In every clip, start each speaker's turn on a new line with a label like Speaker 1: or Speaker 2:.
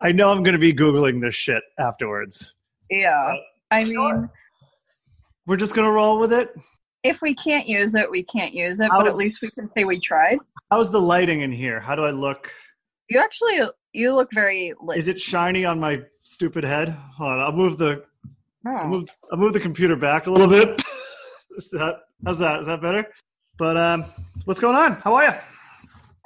Speaker 1: I know I'm going to be googling this shit afterwards.
Speaker 2: Yeah. I mean,
Speaker 1: We're just going to roll with it.
Speaker 2: if we can't use it, we can't use it, but at
Speaker 1: How's-
Speaker 2: least we can say we tried.
Speaker 1: How's the lighting in here? How do I look?
Speaker 2: You actually you look very lit.
Speaker 1: Is it shiny on my stupid head? Hold on, I'll move the I'll
Speaker 2: Oh.
Speaker 1: move, I'll move the computer back a little bit. Is that how's that? Is that better? But um, what's going on? How are you?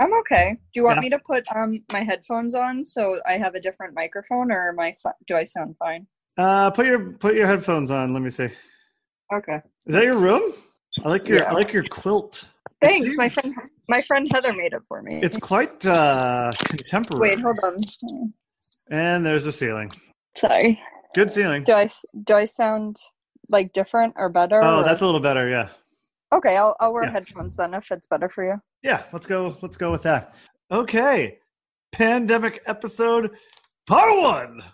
Speaker 2: I'm okay. Do you want
Speaker 1: Yeah.
Speaker 2: me to put um my headphones on so I have a different microphone or am I fi- do I sound fine?
Speaker 1: Uh, put your put your headphones on. Let me see.
Speaker 2: Okay.
Speaker 1: Is that your room? I like your
Speaker 2: Yeah.
Speaker 1: I like your quilt. It
Speaker 2: Thanks, my
Speaker 1: seems-
Speaker 2: friend. My friend Heather made it for me.
Speaker 1: It's quite uh, contemporary.
Speaker 2: Wait, hold on.
Speaker 1: And there's a ceiling.
Speaker 2: Sorry.
Speaker 1: Good ceiling.
Speaker 2: Do I s- do I sound like different or better?
Speaker 1: Oh,
Speaker 2: or-
Speaker 1: that's a little better. Yeah.
Speaker 2: okay. I'll I'll wear
Speaker 1: Yeah.
Speaker 2: headphones then if it's better for you.
Speaker 1: Yeah. Let's go. Let's go with that. Okay. Pandemic episode part one.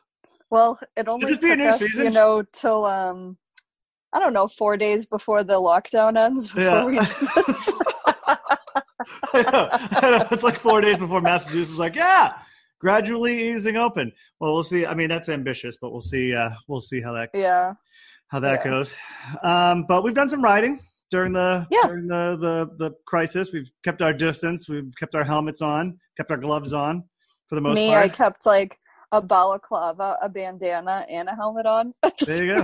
Speaker 2: Well, it only
Speaker 1: this be a
Speaker 2: took
Speaker 1: new
Speaker 2: us,
Speaker 1: season?
Speaker 2: you know, till um, I don't know, four days before the lockdown ends. Before
Speaker 1: Yeah.
Speaker 2: we
Speaker 1: I know, I know. It's like four days before Massachusetts is like, yeah, gradually easing open. Well, we'll see. I mean, that's ambitious, but we'll see. Uh, we'll see how that
Speaker 2: yeah,
Speaker 1: how that
Speaker 2: Yeah.
Speaker 1: goes. Um, but we've done some riding during the
Speaker 2: Yeah.
Speaker 1: during the, the the crisis. We've kept our distance. We've kept our helmets on. Kept our gloves on for the most
Speaker 2: me,
Speaker 1: part.
Speaker 2: I kept like a balaclava, a bandana, and a helmet on.
Speaker 1: There you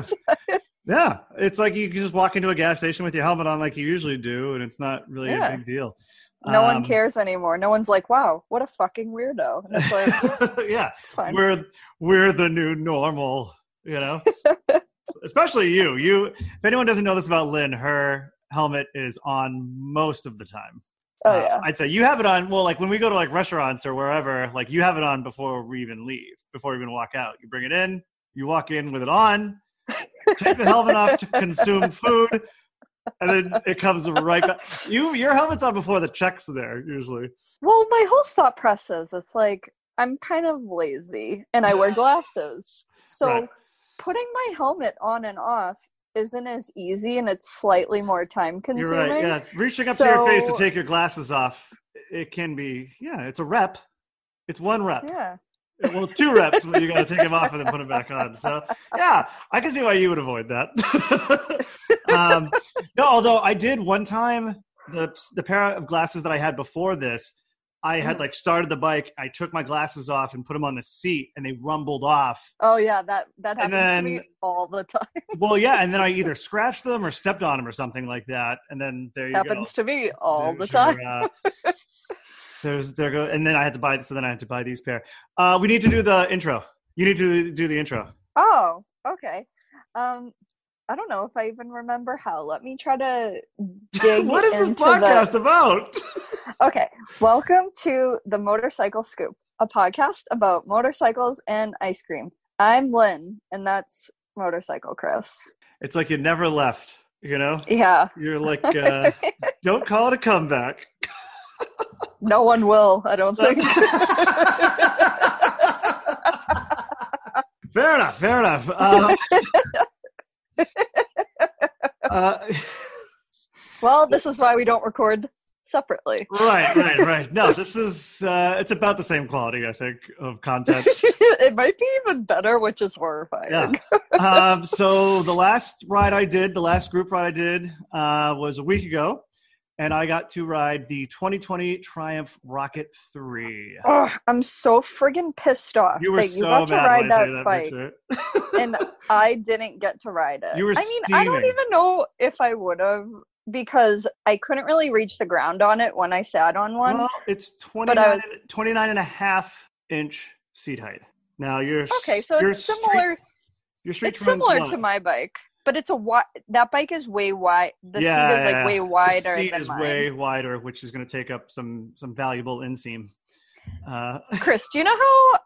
Speaker 1: go. yeah, it's like you can just walk into a gas station with your helmet on, like you usually do, and it's not really
Speaker 2: Yeah.
Speaker 1: a big deal.
Speaker 2: no one
Speaker 1: Um,
Speaker 2: cares anymore. No one's like, "Wow, what a fucking weirdo." And it's like,
Speaker 1: yeah,
Speaker 2: it's fine.
Speaker 1: we're we're the new normal, you know. Especially you. You. If anyone doesn't know this about Lynn, her helmet is on most of the time.
Speaker 2: Oh
Speaker 1: Uh,
Speaker 2: yeah,
Speaker 1: I'd say you have it on. Well, like when we go to like restaurants or wherever, like you have it on before we even leave, before we even walk out. You bring it in. You walk in with it on. Take the helmet off to consume food, and then it comes right back. You your helmet's on before the checks there usually.
Speaker 2: Well, my whole thought process it's like I'm kind of lazy and I wear glasses. So
Speaker 1: Right.
Speaker 2: putting my helmet on and off isn't as easy and it's slightly more time
Speaker 1: You're
Speaker 2: consuming.
Speaker 1: right. Yeah, reaching up to your face to
Speaker 2: So-
Speaker 1: take your glasses off, it can be. Yeah, it's a rep. It's one rep.
Speaker 2: Yeah.
Speaker 1: Well, it's two reps, but you got to take them off and then put them back on. So, yeah, I can see why you would avoid that. um, no, although I did one time the the pair of glasses that I had before this, I had
Speaker 2: Mhm.
Speaker 1: like started the bike. I took my glasses off and put them on the seat, and they rumbled off.
Speaker 2: Oh yeah, that that
Speaker 1: And
Speaker 2: happens
Speaker 1: then-
Speaker 2: to me all the time.
Speaker 1: Well, yeah, and then I either scratched them or stepped on them or something like that, and then there you go.
Speaker 2: happens to me all the
Speaker 1: There's
Speaker 2: time.
Speaker 1: your, uh, there's there go, and then I had to buy. So then I had to buy these pair. Uh, we need to do the intro. You need to do the intro.
Speaker 2: Oh, okay. Um I don't know if I even remember how. Let me try to dig
Speaker 1: what is this
Speaker 2: into the
Speaker 1: podcast about?
Speaker 2: Okay. Welcome to the Motorcycle Scoop, a podcast about motorcycles and ice cream. I'm Lynn, and that's Motorcycle Chris.
Speaker 1: It's like you never left. You know,
Speaker 2: Yeah,
Speaker 1: you're like, uh, don't call it a comeback.
Speaker 2: no one will, I don't think.
Speaker 1: Fair enough. Fair enough. Um, uh,
Speaker 2: well, this is why we don't record separately.
Speaker 1: right, right, right. No, this is uh, it's about the same quality, I think, of content.
Speaker 2: it might be even better, which is horrifying.
Speaker 1: Yeah. um, so the last ride I did, the last group ride I did, uh, was a week ago, and I got to ride the 2020 Triumph Rocket 3.
Speaker 2: Ugh, I'm so friggin' pissed off
Speaker 1: You were
Speaker 2: that Oh,
Speaker 1: so
Speaker 2: you got to
Speaker 1: mad
Speaker 2: ride
Speaker 1: when I
Speaker 2: that,
Speaker 1: say that
Speaker 2: bike
Speaker 1: picture.
Speaker 2: and I didn't get to ride it.
Speaker 1: You were
Speaker 2: I mean, I don't
Speaker 1: steaming.
Speaker 2: even know if I would have because I couldn't really reach the ground on it when I sat on one.
Speaker 1: Well, it's 29,
Speaker 2: But I was-
Speaker 1: 29 and a half inch seat height. Now you're
Speaker 2: okay, so
Speaker 1: you're
Speaker 2: it's similar.
Speaker 1: You're straight
Speaker 2: it's similar to
Speaker 1: my.
Speaker 2: my bike, but it's a wide. That bike is way wide. The
Speaker 1: Yeah,
Speaker 2: seat is like
Speaker 1: yeah,
Speaker 2: way
Speaker 1: The
Speaker 2: wider
Speaker 1: seat
Speaker 2: than
Speaker 1: is
Speaker 2: mine.
Speaker 1: way wider, which is going to take up some some valuable inseam. Uh,
Speaker 2: Chris, do you know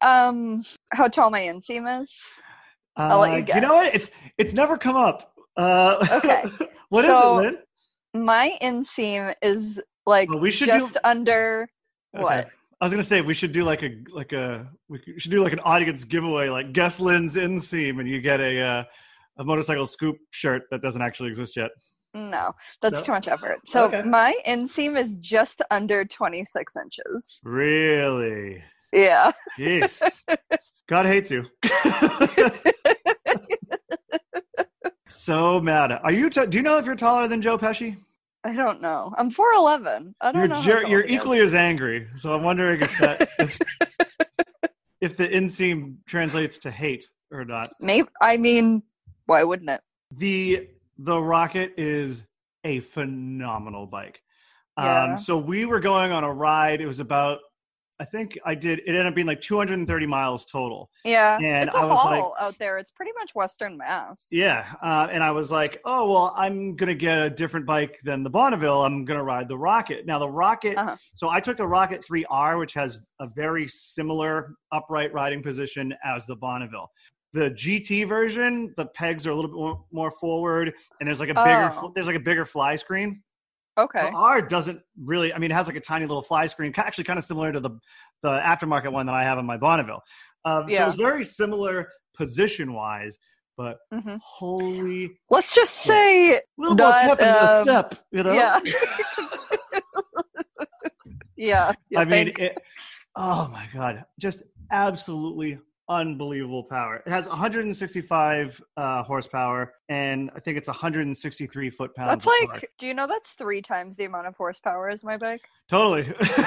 Speaker 2: how um how tall my inseam is? I'll let you
Speaker 1: uh,
Speaker 2: guess.
Speaker 1: You know what? It's it's never come up. Uh,
Speaker 2: Okay,
Speaker 1: what is
Speaker 2: so-
Speaker 1: it, Lynn?
Speaker 2: My inseam is like
Speaker 1: Well, we should
Speaker 2: just
Speaker 1: do.
Speaker 2: under
Speaker 1: okay.
Speaker 2: what?
Speaker 1: I was gonna say we should do like a like a we should do like an audience giveaway, like guess Lynn's inseam, and you get a uh, a motorcycle scoop shirt that doesn't actually exist yet.
Speaker 2: No, that's
Speaker 1: No?
Speaker 2: too much effort. So
Speaker 1: Okay.
Speaker 2: my inseam is just under 26 inches.
Speaker 1: Really?
Speaker 2: Yeah.
Speaker 1: Jeez. God hates you. so mad. Are you? T- do you know if you're taller than Joe Pesci?
Speaker 2: I don't know. I'm 4'11. I don't
Speaker 1: You're,
Speaker 2: know. how
Speaker 1: jer-
Speaker 2: tall
Speaker 1: you're
Speaker 2: he is.
Speaker 1: equally as angry. So I'm wondering if that if, if the inseam translates to hate or not.
Speaker 2: Maybe, I mean, why wouldn't it?
Speaker 1: the the rocket is a phenomenal bike
Speaker 2: Yeah.
Speaker 1: um so we were going on a ride it was about i think i did it ended up being like 230 miles total
Speaker 2: Yeah.
Speaker 1: And
Speaker 2: it's a
Speaker 1: I was like-
Speaker 2: haul out there. It's pretty much Western Mass.
Speaker 1: yeah uh, and i was like oh well i'm gonna get a different bike than the bonneville i'm gonna ride the rocket now the rocket
Speaker 2: Uh-huh.
Speaker 1: so i took the rocket 3r which has a very similar upright riding position as the bonneville the gt version the pegs are a little bit more, more forward and there's like a bigger
Speaker 2: Oh.
Speaker 1: fl- there's like a bigger fly screen
Speaker 2: Okay.
Speaker 1: Well, R doesn't really. I mean, it has like a tiny little fly screen, ki- actually kind of similar to the the aftermarket one that I have in my Bonneville. Um, So
Speaker 2: Yeah.
Speaker 1: it's very similar position wise, but
Speaker 2: Mhm.
Speaker 1: holy
Speaker 2: Let's just say,
Speaker 1: little
Speaker 2: Not,
Speaker 1: more clip and a
Speaker 2: um,
Speaker 1: step, you know.
Speaker 2: yeah. yeah. you
Speaker 1: I mean,
Speaker 2: think?
Speaker 1: it, oh my god, just absolutely unbelievable power. It has 165 uh, horsepower, and I think it's 163 foot pounds.
Speaker 2: that's
Speaker 1: of
Speaker 2: like,
Speaker 1: torque.
Speaker 2: do you know that's three times the amount of horsepower as my bike?
Speaker 1: totally,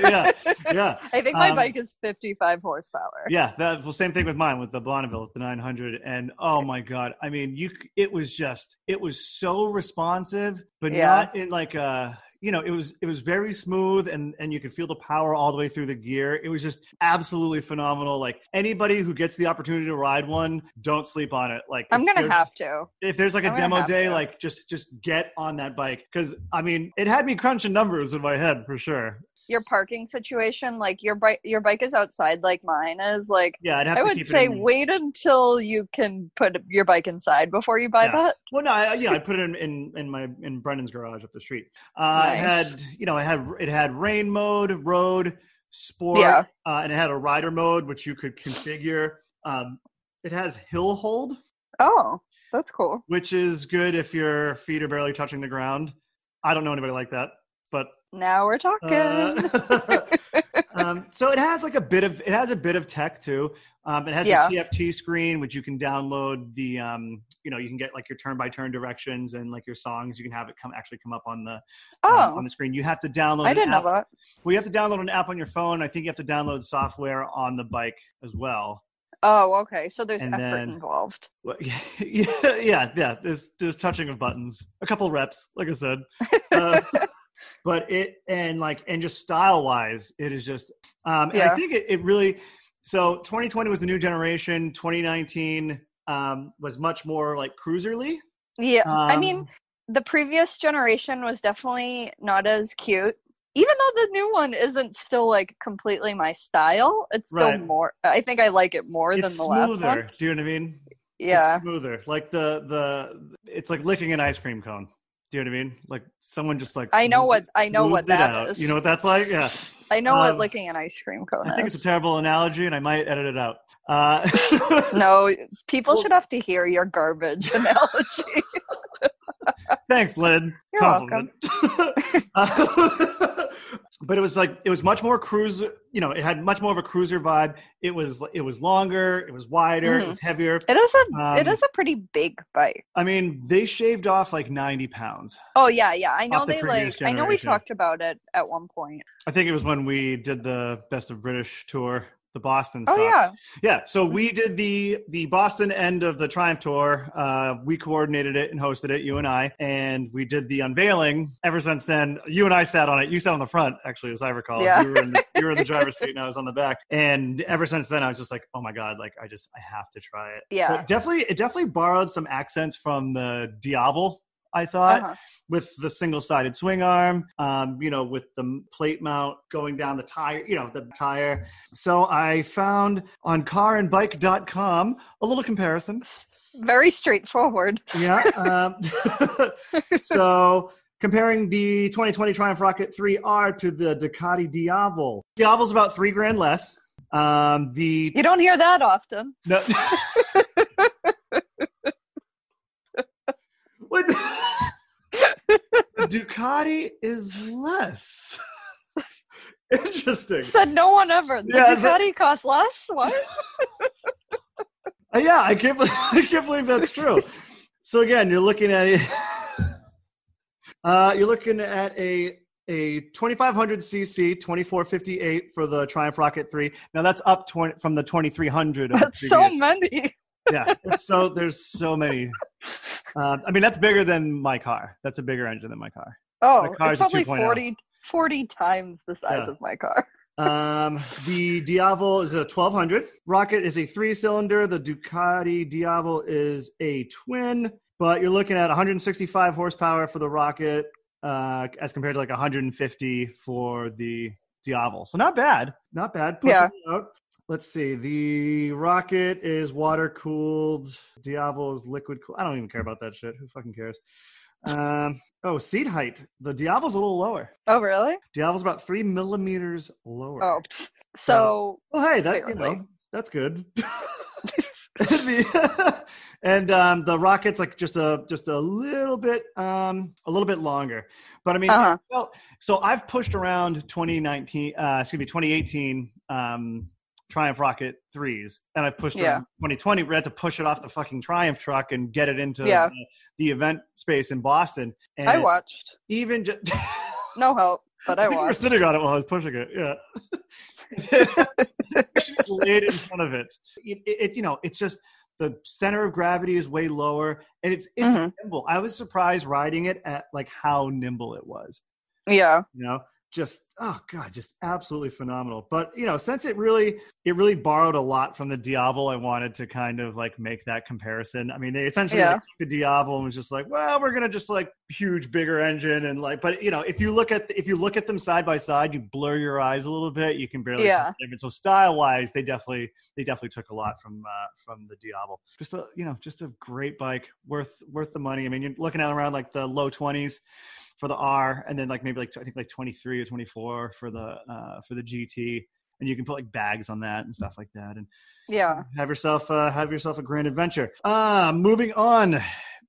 Speaker 1: yeah, yeah.
Speaker 2: I think my
Speaker 1: Um,
Speaker 2: bike is 55 horsepower.
Speaker 1: Yeah, that well, same thing with mine with the Bonneville with the 900, and oh my god, I mean, you c- it was just it was so responsive, but
Speaker 2: Yeah.
Speaker 1: not in like a you know it was it was very smooth and and you could feel the power all the way through the gear. It was just absolutely phenomenal. Like anybody who gets the opportunity to ride one, don't sleep on it. Like
Speaker 2: I'm
Speaker 1: if
Speaker 2: going to
Speaker 1: there's-
Speaker 2: have to.
Speaker 1: if there's like a
Speaker 2: I'm gonna
Speaker 1: demo
Speaker 2: have
Speaker 1: day,
Speaker 2: to.
Speaker 1: like just just get on that bike because I mean it had me crunching numbers in my head for sure.
Speaker 2: Your parking situation, like your bike, your bike is outside, like mine is. Like
Speaker 1: Yeah, I'd have
Speaker 2: I
Speaker 1: to
Speaker 2: would
Speaker 1: keep
Speaker 2: say,
Speaker 1: it in-
Speaker 2: wait until you can put your bike inside before you buy
Speaker 1: Yeah.
Speaker 2: that.
Speaker 1: Well, no, I, yeah, I put it in, in in my in Brendan's garage up the street. Uh, It
Speaker 2: Nice.
Speaker 1: had you know, it had it had rain mode, road, sport,
Speaker 2: Yeah.
Speaker 1: uh, and it had a rider mode which you could configure. Um, it has hill hold,
Speaker 2: Oh, that's cool.
Speaker 1: which is good if your feet are barely touching the ground. I don't know anybody like that, but
Speaker 2: Now we're talking.
Speaker 1: uh, um, so it has like a bit of it has a bit of tech too. Um, it has
Speaker 2: Yeah.
Speaker 1: a TFT screen which you can download the um, you know you can get like your turn by turn directions and like your songs. You can have it come actually come up on the um,
Speaker 2: oh,
Speaker 1: on the screen. You have to download.
Speaker 2: I
Speaker 1: an
Speaker 2: didn't know
Speaker 1: app.
Speaker 2: that.
Speaker 1: Well, you have to download an app on your phone. I think you have to download software on the bike as well.
Speaker 2: Oh, okay. So there's
Speaker 1: And
Speaker 2: effort
Speaker 1: then-
Speaker 2: involved.
Speaker 1: Well, yeah, yeah, yeah. There's there's touching of buttons, a couple reps, like I said. Uh, but it and like and just style wise, it is just. Um, and I
Speaker 2: Yeah.
Speaker 1: think it, it really. So 2020 was the new generation. 2019 um, was much more like cruiserly.
Speaker 2: Yeah, I
Speaker 1: Um,
Speaker 2: mean, the previous generation was definitely not as cute. Even though the new one isn't still like completely my style, it's still
Speaker 1: Right.
Speaker 2: more. I think I like it more than
Speaker 1: it's
Speaker 2: the last
Speaker 1: smoother.
Speaker 2: one.
Speaker 1: Do you know what I mean?
Speaker 2: Yeah,
Speaker 1: it's smoother. Like the the it's like licking an ice cream cone. Do you know what I mean? Like someone just like
Speaker 2: I know
Speaker 1: smoothed-
Speaker 2: what- I know what
Speaker 1: smoothed it
Speaker 2: that
Speaker 1: out.
Speaker 2: is.
Speaker 1: You know what that's like? Yeah.
Speaker 2: I know
Speaker 1: um,
Speaker 2: what licking an ice cream cone
Speaker 1: I think it's a
Speaker 2: is.
Speaker 1: terrible analogy, and I might edit it out. Uh,
Speaker 2: no, people
Speaker 1: Well-
Speaker 2: should have to hear your garbage analogy.
Speaker 1: thanks, Lynn.
Speaker 2: You're
Speaker 1: Compliment. Uh, but it was like it was much more cruiser. You know, it had much more of a cruiser vibe. It was it was longer. It was wider. It
Speaker 2: Mhm.
Speaker 1: was heavier.
Speaker 2: It is a it
Speaker 1: Um,
Speaker 2: is a pretty big bike.
Speaker 1: I mean, they shaved off like ninety pounds.
Speaker 2: Oh yeah, yeah. I know
Speaker 1: the
Speaker 2: they like.
Speaker 1: previous
Speaker 2: I know we
Speaker 1: generation.
Speaker 2: talked about it at one point.
Speaker 1: I think it was when we did the Best of British tour, the Boston.
Speaker 2: Oh
Speaker 1: stop.
Speaker 2: yeah,
Speaker 1: Yeah, so we did the the Boston end of the Triumph Tour. Uh, we coordinated it and hosted it, you and I, and we did the unveiling. Ever since then, you and I sat on it. You sat on the front, actually, as I recall.
Speaker 2: Yeah.
Speaker 1: You, were in the, you were in the driver's seat, and I was on the back. And ever since then, I was just like, oh my god, like I just I have to try it.
Speaker 2: yeah.
Speaker 1: But definitely, it definitely borrowed some accents from the Diavel. I thought
Speaker 2: uh-huh.
Speaker 1: with the single-sided swing arm, um, you know, with the plate mount going down the tire, you know, the tire. So I found on carandbike.com a little comparison.
Speaker 2: Very straightforward.
Speaker 1: Yeah. Um, so comparing the 2020 Triumph Rocket 3R to the Ducati Diavel. Diavel's about three grand less. Um, the
Speaker 2: You don't hear that often.
Speaker 1: no. what? the- the Ducati is less. Interesting.
Speaker 2: Said no one ever. The
Speaker 1: Yeah, it's
Speaker 2: Ducati costs less. What?
Speaker 1: Uh, yeah, I can't. Believe, I can't believe that's true. so again, you're looking at it. Uh, you're looking at a a 2500 cc 2458 for the Triumph Rocket 3. Now that's up 20, from the 2300. of the
Speaker 2: That's so
Speaker 1: previous-
Speaker 2: many.
Speaker 1: yeah, it's so there's so many. Uh, I mean, that's bigger than my car. That's a bigger engine than my car.
Speaker 2: Oh,
Speaker 1: car's
Speaker 2: it's
Speaker 1: a
Speaker 2: probably
Speaker 1: 2.0.
Speaker 2: 40, 40 times the size
Speaker 1: Yeah.
Speaker 2: of my car.
Speaker 1: Um, the Diavol is a 1200. Rocket is a three cylinder. The Ducati Diavol is a twin, but you're looking at 165 horsepower for the Rocket uh, as compared to like 150 for the Diavol. So not bad. Not bad. Pushing
Speaker 2: Yeah.
Speaker 1: it out. Let's see. The Rocket is water cooled. Diavol is liquid cooled. I don't even care about that shit. Who fucking cares? Um, oh, seat height. The Diavol's a little lower.
Speaker 2: Oh, really?
Speaker 1: Diavol's about three millimeters lower.
Speaker 2: Oh, pfft. so
Speaker 1: Well, hey, that you
Speaker 2: Apparently.
Speaker 1: know, that's good. The- and um, the rocket's like just a just a little bit um, a little bit longer, but I mean,
Speaker 2: Uh-huh.
Speaker 1: well, so I've pushed around 2019, uh, excuse me, 2018 um, Triumph Rocket threes, and I've pushed
Speaker 2: Yeah.
Speaker 1: around 2020. We had to push it off the fucking Triumph truck and get it into
Speaker 2: Yeah.
Speaker 1: the, the event space in Boston. And
Speaker 2: I watched.
Speaker 1: even just.
Speaker 2: No help, but I
Speaker 1: think we were
Speaker 2: watched.
Speaker 1: sitting on it while I was pushing it. Yeah. she just laid in front of it. It, it- You know, it's just the center of gravity is way lower, and it's it's
Speaker 2: Mhm.
Speaker 1: nimble. I was surprised riding it at like how nimble it was.
Speaker 2: Yeah.
Speaker 1: You know, just oh god, just absolutely phenomenal. But you know, since it really it really borrowed a lot from the Diavol, I wanted to kind of like make that comparison. I mean, they essentially
Speaker 2: Yeah.
Speaker 1: like, took the Diavol and was just like, well, we're gonna just like huge, bigger engine and like. But you know, if you look at if you look at them side by side, you blur your eyes a little bit. You can barely
Speaker 2: Yeah.
Speaker 1: tell the difference. So style wise, they definitely they definitely took a lot from uh, from the Diablo. Just a you know just a great bike worth worth the money. I mean, you're looking at around like the low twenties for the R, and then like maybe like I think like twenty three or twenty four for the uh, for the GT, and you can put like bags on that and stuff like that, and
Speaker 2: Yeah.
Speaker 1: have yourself uh, have yourself a grand adventure. Uh, moving on,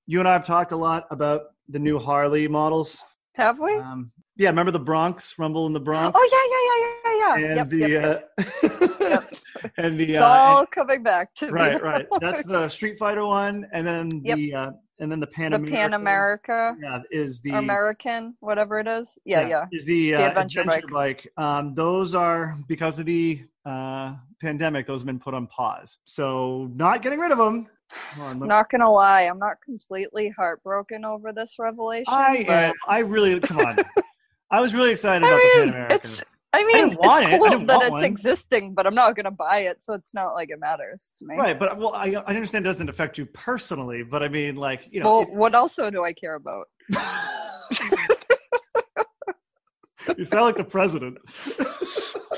Speaker 1: you and I have talked a lot about the new Harley models.
Speaker 2: Have we?
Speaker 1: Um, yeah, remember the Bronx Rumble in the Bronx?
Speaker 2: Oh yeah, yeah, yeah, yeah, yeah.
Speaker 1: and
Speaker 2: yep, yep,
Speaker 1: the
Speaker 2: yep.
Speaker 1: uh, and the
Speaker 2: It's
Speaker 1: uh,
Speaker 2: all coming back to me.
Speaker 1: right right that's the street fighter one and then
Speaker 2: Yep.
Speaker 1: the uh, and then the pan
Speaker 2: the Pan America,
Speaker 1: yeah is the
Speaker 2: American, whatever it is. Yeah, yeah.
Speaker 1: is the,
Speaker 2: The
Speaker 1: uh, adventure,
Speaker 2: adventure
Speaker 1: bike, Um, those are because of the uh, pandemic those have been put on pause so not getting rid of them Hold on, let-
Speaker 2: Not gonna lie, I'm not completely heartbroken over this revelation.
Speaker 1: i
Speaker 2: but-
Speaker 1: am i really come on i was really excited
Speaker 2: I
Speaker 1: about the
Speaker 2: mean,
Speaker 1: pan america
Speaker 2: it's. I
Speaker 1: didn't
Speaker 2: mean,
Speaker 1: want it. I
Speaker 2: it's cool
Speaker 1: didn't
Speaker 2: that
Speaker 1: want
Speaker 2: it's
Speaker 1: one.
Speaker 2: existing, but I'm not gonna buy it, so it's not like it matters to me.
Speaker 1: right but well I, I understand it doesn't affect you personally but i mean like you know
Speaker 2: well,
Speaker 1: it-
Speaker 2: what also do I care about?
Speaker 1: you sound like the president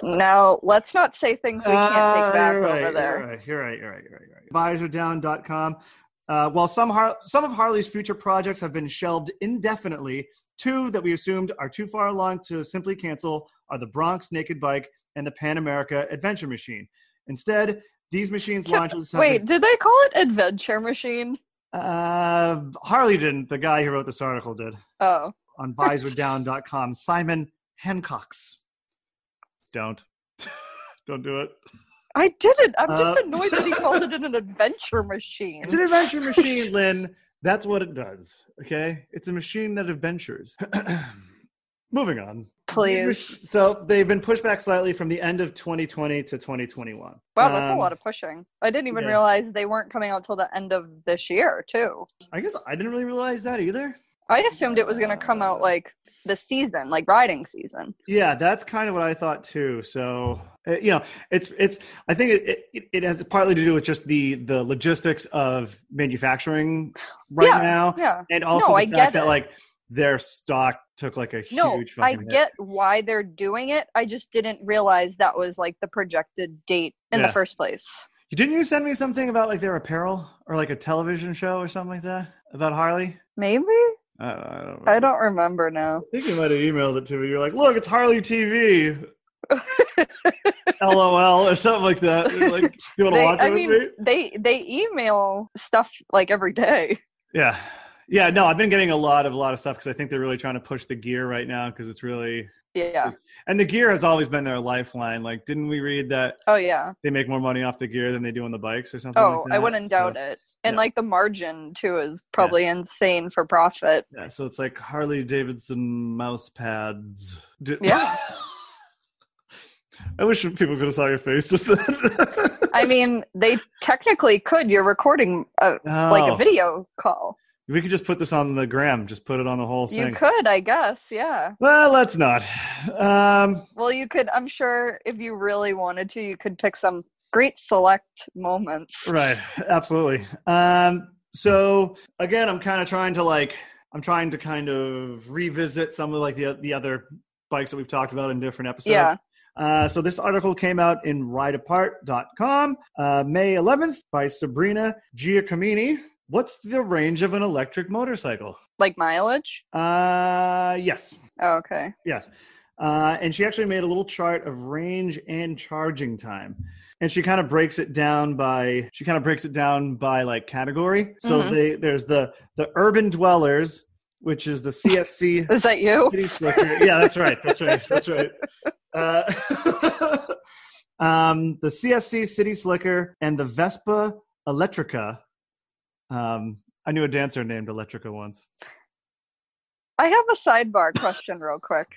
Speaker 2: Now, let's not say things we can't
Speaker 1: Ah,
Speaker 2: take back
Speaker 1: you're right,
Speaker 2: over there.
Speaker 1: You're right, you're right, you're right, you're right, you're right. Advisordown.com. Uh, while some, Har- some of Harley's future projects have been shelved indefinitely, two that we assumed are too far along to simply cancel are the Bronx Naked Bike and the Pan America Adventure Machine. Instead, these machines
Speaker 2: Yeah,
Speaker 1: launches have
Speaker 2: Wait,
Speaker 1: been-
Speaker 2: did they call it Adventure Machine?
Speaker 1: uh, Harley didn't. The guy who wrote this article did
Speaker 2: Oh,
Speaker 1: on visordown.com. Simon Hancock's. Don't. Don't do it.
Speaker 2: I didn't. I'm just
Speaker 1: Uh,
Speaker 2: annoyed that he called it an adventure machine.
Speaker 1: It's an adventure machine, Lynn. That's what it does. Okay, it's a machine that adventures. Moving on. These
Speaker 2: Please.
Speaker 1: mach- So they've been pushed back slightly from the end of 2020 to 2021.
Speaker 2: Wow, that's
Speaker 1: Um,
Speaker 2: a lot of pushing. I didn't even
Speaker 1: yeah.
Speaker 2: realize they weren't coming out till the end of this year, too.
Speaker 1: I guess I didn't really realize that either.
Speaker 2: I assumed it was going to come out
Speaker 1: Uh,
Speaker 2: like the season, like riding season.
Speaker 1: Yeah, that's kind of what I thought too. So uh, you know, it's it's. I think it, it it has partly to do with just the the logistics of manufacturing right
Speaker 2: Yeah.
Speaker 1: now,
Speaker 2: Yeah.
Speaker 1: and also
Speaker 2: No,
Speaker 1: the
Speaker 2: I
Speaker 1: fact
Speaker 2: get
Speaker 1: that
Speaker 2: it.
Speaker 1: like their stock took like a
Speaker 2: No,
Speaker 1: huge.
Speaker 2: I
Speaker 1: fucking hit.
Speaker 2: get why they're doing it. I just didn't realize that was like the projected date in
Speaker 1: Yeah.
Speaker 2: the first place.
Speaker 1: Didn't you send me something about like their apparel or like a television show or something like that about Harley?
Speaker 2: Maybe?
Speaker 1: I don't. I don't,
Speaker 2: I don't remember now.
Speaker 1: I think you might have emailed it to me. You're like, look, it's Harley TV. LOL or something like that. You're like, do you want to
Speaker 2: They-
Speaker 1: watch it
Speaker 2: I
Speaker 1: with
Speaker 2: mean,
Speaker 1: me?
Speaker 2: they they email stuff like every day.
Speaker 1: Yeah, yeah. No, I've been getting a lot of a lot of stuff because I think they're really trying to push the gear right now because it's really
Speaker 2: Yeah.
Speaker 1: And the gear has always been their lifeline. Like, didn't we read that
Speaker 2: Oh yeah.
Speaker 1: they make more money off the gear than they do on the bikes or something?
Speaker 2: Oh,
Speaker 1: like
Speaker 2: I
Speaker 1: that?
Speaker 2: wouldn't
Speaker 1: So-
Speaker 2: doubt it. And
Speaker 1: yeah.
Speaker 2: like the margin too is probably insane for profit.
Speaker 1: Yeah, so it's like Harley Davidson mouse pads. Do-
Speaker 2: Yeah.
Speaker 1: I wish people could have saw your face just then.
Speaker 2: I mean, they technically could. You're recording a, like a
Speaker 1: Oh,
Speaker 2: video call.
Speaker 1: We could just put this on the gram. Just put it on the whole
Speaker 2: You
Speaker 1: thing.
Speaker 2: could, I guess. Yeah.
Speaker 1: Well, let's not. Um,
Speaker 2: Well, you could. I'm sure if you really wanted to, you could pick some great select moments.
Speaker 1: right. Absolutely. Um, so again, I'm kind of trying to like, I'm trying to kind of revisit some of like the the other bikes that we've talked about in different episodes.
Speaker 2: yeah.
Speaker 1: Uh, so this article came out in rideapart.com uh, May 11th by Sabrina Giacomini. What's the range of an electric motorcycle?
Speaker 2: Like mileage.
Speaker 1: Uh, yes,
Speaker 2: Oh, okay.
Speaker 1: yes. Uh, and she actually made a little chart of range and charging time. And she kind of breaks it down by she kind of breaks it down by like category. So
Speaker 2: Mhm.
Speaker 1: they there's the the urban dwellers, which is the CSC
Speaker 2: Is that you?
Speaker 1: City slicker. Yeah, that's right. That's right. That's right. Uh, um, the CSC City Slicker and the Vespa Electrica. Um, I knew a dancer named Electrica once.
Speaker 2: I have a sidebar question, real quick.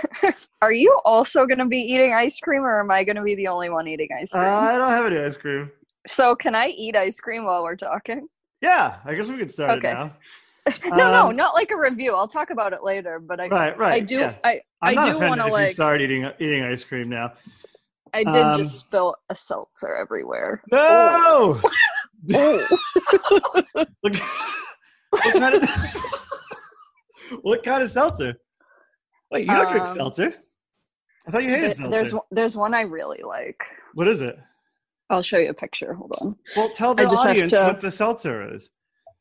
Speaker 2: Are you also going to be eating ice cream, or am I going to be the only one eating ice
Speaker 1: Uh,
Speaker 2: cream?
Speaker 1: I don't have any ice cream.
Speaker 2: so, can I eat ice cream while we're talking?
Speaker 1: Yeah, I guess we could start
Speaker 2: Okay.
Speaker 1: it now.
Speaker 2: No, no,
Speaker 1: Um,
Speaker 2: not like a review. I'll talk about it later. But I,
Speaker 1: Right, right.
Speaker 2: I do.
Speaker 1: yeah.
Speaker 2: I,
Speaker 1: I'm not
Speaker 2: do
Speaker 1: offended
Speaker 2: wanna,
Speaker 1: if you
Speaker 2: like-
Speaker 1: start eating eating ice cream now.
Speaker 2: I did
Speaker 1: Um,
Speaker 2: just spill a seltzer everywhere.
Speaker 1: No.
Speaker 2: Oh,
Speaker 1: Look, what, kind of, what kind of seltzer? Wait, you don't drink
Speaker 2: Um,
Speaker 1: seltzer? I thought you hated
Speaker 2: Th-
Speaker 1: seltzer.
Speaker 2: there's one- there's one I really like.
Speaker 1: what is it?
Speaker 2: I'll show you a picture. Hold on.
Speaker 1: Well, tell the
Speaker 2: I just have
Speaker 1: audience
Speaker 2: to-
Speaker 1: what the seltzer is.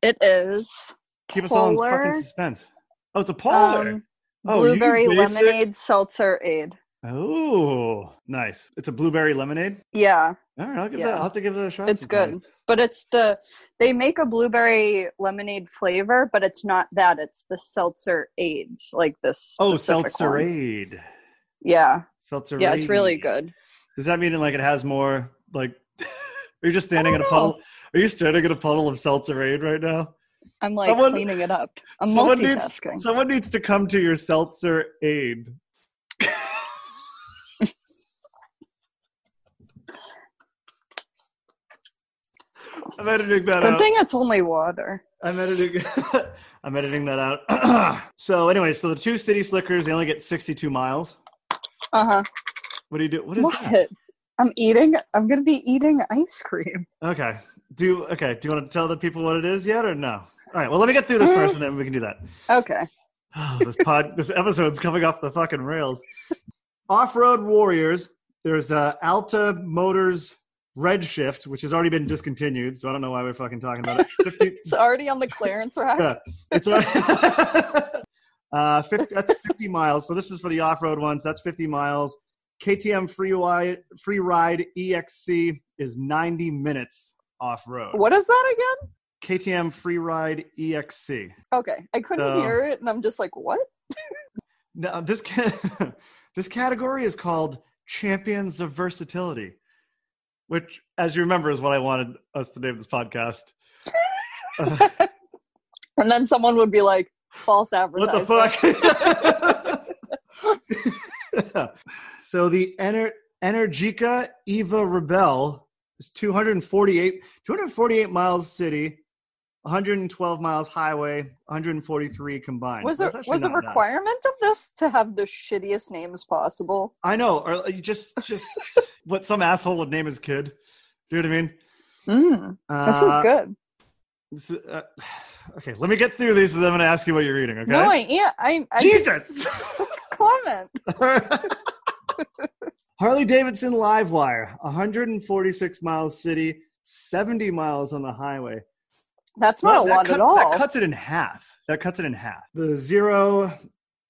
Speaker 2: It is
Speaker 1: Keep us all in
Speaker 2: Polar.
Speaker 1: fucking suspense. Oh, it's a polar.
Speaker 2: um,
Speaker 1: oh, you
Speaker 2: blueberry
Speaker 1: basic-
Speaker 2: lemonade seltzer aid.
Speaker 1: Oh, nice. It's a blueberry lemonade.
Speaker 2: Yeah,
Speaker 1: All right, I'll give
Speaker 2: Yeah.
Speaker 1: that. I'll have to give that a shot.
Speaker 2: It's good.
Speaker 1: sometime.
Speaker 2: but it's the they make a blueberry lemonade flavor, but it's not that. It's the seltzer aid, like this.
Speaker 1: Oh,
Speaker 2: specific one.
Speaker 1: seltzerade.
Speaker 2: Yeah,
Speaker 1: Seltzerade.
Speaker 2: yeah, it's really good.
Speaker 1: Does that mean like it has more like? Are you just standing in a
Speaker 2: don't
Speaker 1: puddle? Are you standing in a puddle of seltzerade right now?
Speaker 2: I'm like
Speaker 1: Someone-
Speaker 2: cleaning it up. I'm
Speaker 1: someone
Speaker 2: multitasking.
Speaker 1: Needs, someone needs to come to your seltzer aid. I'm editing that
Speaker 2: good
Speaker 1: out.
Speaker 2: thing it's only water.
Speaker 1: I'm editing. I'm editing that out. so anyway, so the two city slickers they only get 62 miles.
Speaker 2: Uh huh.
Speaker 1: What do you do? What is
Speaker 2: What?
Speaker 1: that?
Speaker 2: I'm eating. I'm gonna be eating ice cream.
Speaker 1: Okay. Do okay. Do you want to tell the people what it is yet or no? All right. Well, let me get through this first, and then we can do that.
Speaker 2: Okay.
Speaker 1: Oh, this pod, this episode's coming off the fucking rails. Off-road warriors. There's uh, Alta Motors Redshift, which has already been discontinued, so I don't know why we're fucking talking about it. 50,
Speaker 2: It's already on the clearance rack.
Speaker 1: Yeah. it's a, uh, 50, that's 50 miles. So this is for the off-road ones. That's 50 miles. KTM Free Ride, Free Ride EXC is 90 minutes off-road.
Speaker 2: What is that again?
Speaker 1: KTM Free Ride E EXC.
Speaker 2: Okay, I couldn't
Speaker 1: So-
Speaker 2: hear it, and I'm just like, what?
Speaker 1: Now, uh, this ca- this category is called Champions of Versatility, which, as you remember, is what I wanted us to name this podcast. Uh,
Speaker 2: And then someone would be like, false
Speaker 1: what the
Speaker 2: advertising.
Speaker 1: fuck? so the Ener- Energica Eva Rebel is 248, 248 miles city, 112 miles highway, 143 combined.
Speaker 2: Was
Speaker 1: So
Speaker 2: there
Speaker 1: that's actually
Speaker 2: was a
Speaker 1: not bad.
Speaker 2: requirement of this to have the shittiest names possible?
Speaker 1: I know, or like, just just what some asshole would name his kid. Do you know what I mean?
Speaker 2: Mm,
Speaker 1: Uh,
Speaker 2: this is good.
Speaker 1: this is- uh, okay, let me get through these, and then I'm gonna ask you what you're reading. Okay?
Speaker 2: No, I yeah, I, I
Speaker 1: Jesus.
Speaker 2: just, just a comment.
Speaker 1: Harley Davidson Livewire, 146 miles city, 70 miles on the highway.
Speaker 2: That's not
Speaker 1: Well,
Speaker 2: a
Speaker 1: that
Speaker 2: lot
Speaker 1: cut-
Speaker 2: at all.
Speaker 1: That cuts it in half. That cuts it in half. The zero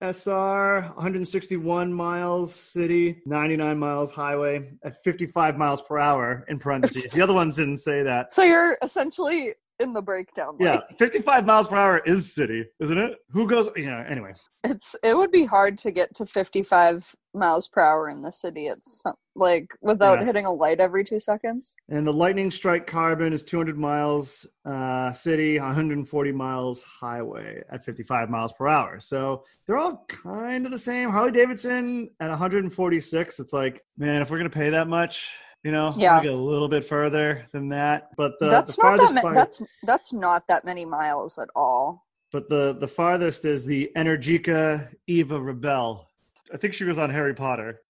Speaker 1: SR, 161 miles city, 99 miles highway at 55 miles per hour in parentheses. the other ones didn't say that.
Speaker 2: so you're essentially in the breakdown.
Speaker 1: Yeah,
Speaker 2: Like,
Speaker 1: 55 miles per hour is city, isn't it? Who goes? Yeah. Anyway,
Speaker 2: it's it would be hard to get to 55 miles per hour in the city. It's some- like without
Speaker 1: Yeah.
Speaker 2: hitting a light every two seconds.
Speaker 1: and the lightning strike carbon is 200 miles uh, city, 140 miles highway at 55 miles per hour. So they're all kind of the same. Harley Davidson at 146. It's like, man, if we're gonna pay that much, you know, I'm gonna
Speaker 2: Yeah.
Speaker 1: get a little bit further than that. But the
Speaker 2: that's
Speaker 1: the
Speaker 2: not
Speaker 1: farthest
Speaker 2: that. Ma-
Speaker 1: part-
Speaker 2: That's that's not that many miles at all.
Speaker 1: But the the farthest is the Energica Eva Rebel. I think she was on Harry Potter.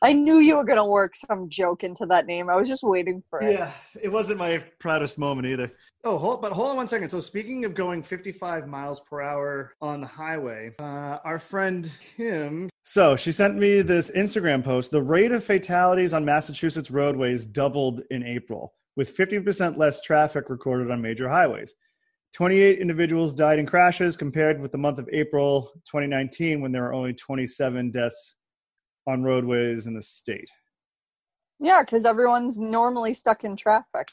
Speaker 2: I knew you were gonna work some joke into that name. I was just waiting for it.
Speaker 1: Yeah, it wasn't my proudest moment either. Oh, hold, but hold on one second. So speaking of going 55 miles per hour on the highway, uh, our friend Kim. So she sent me this Instagram post. The rate of fatalities on Massachusetts roadways doubled in April, with 50% less traffic recorded on major highways. 28 individuals died in crashes compared with the month of April 2019 when there were only 27 deaths on roadways in the state.
Speaker 2: Yeah, because everyone's normally stuck in traffic.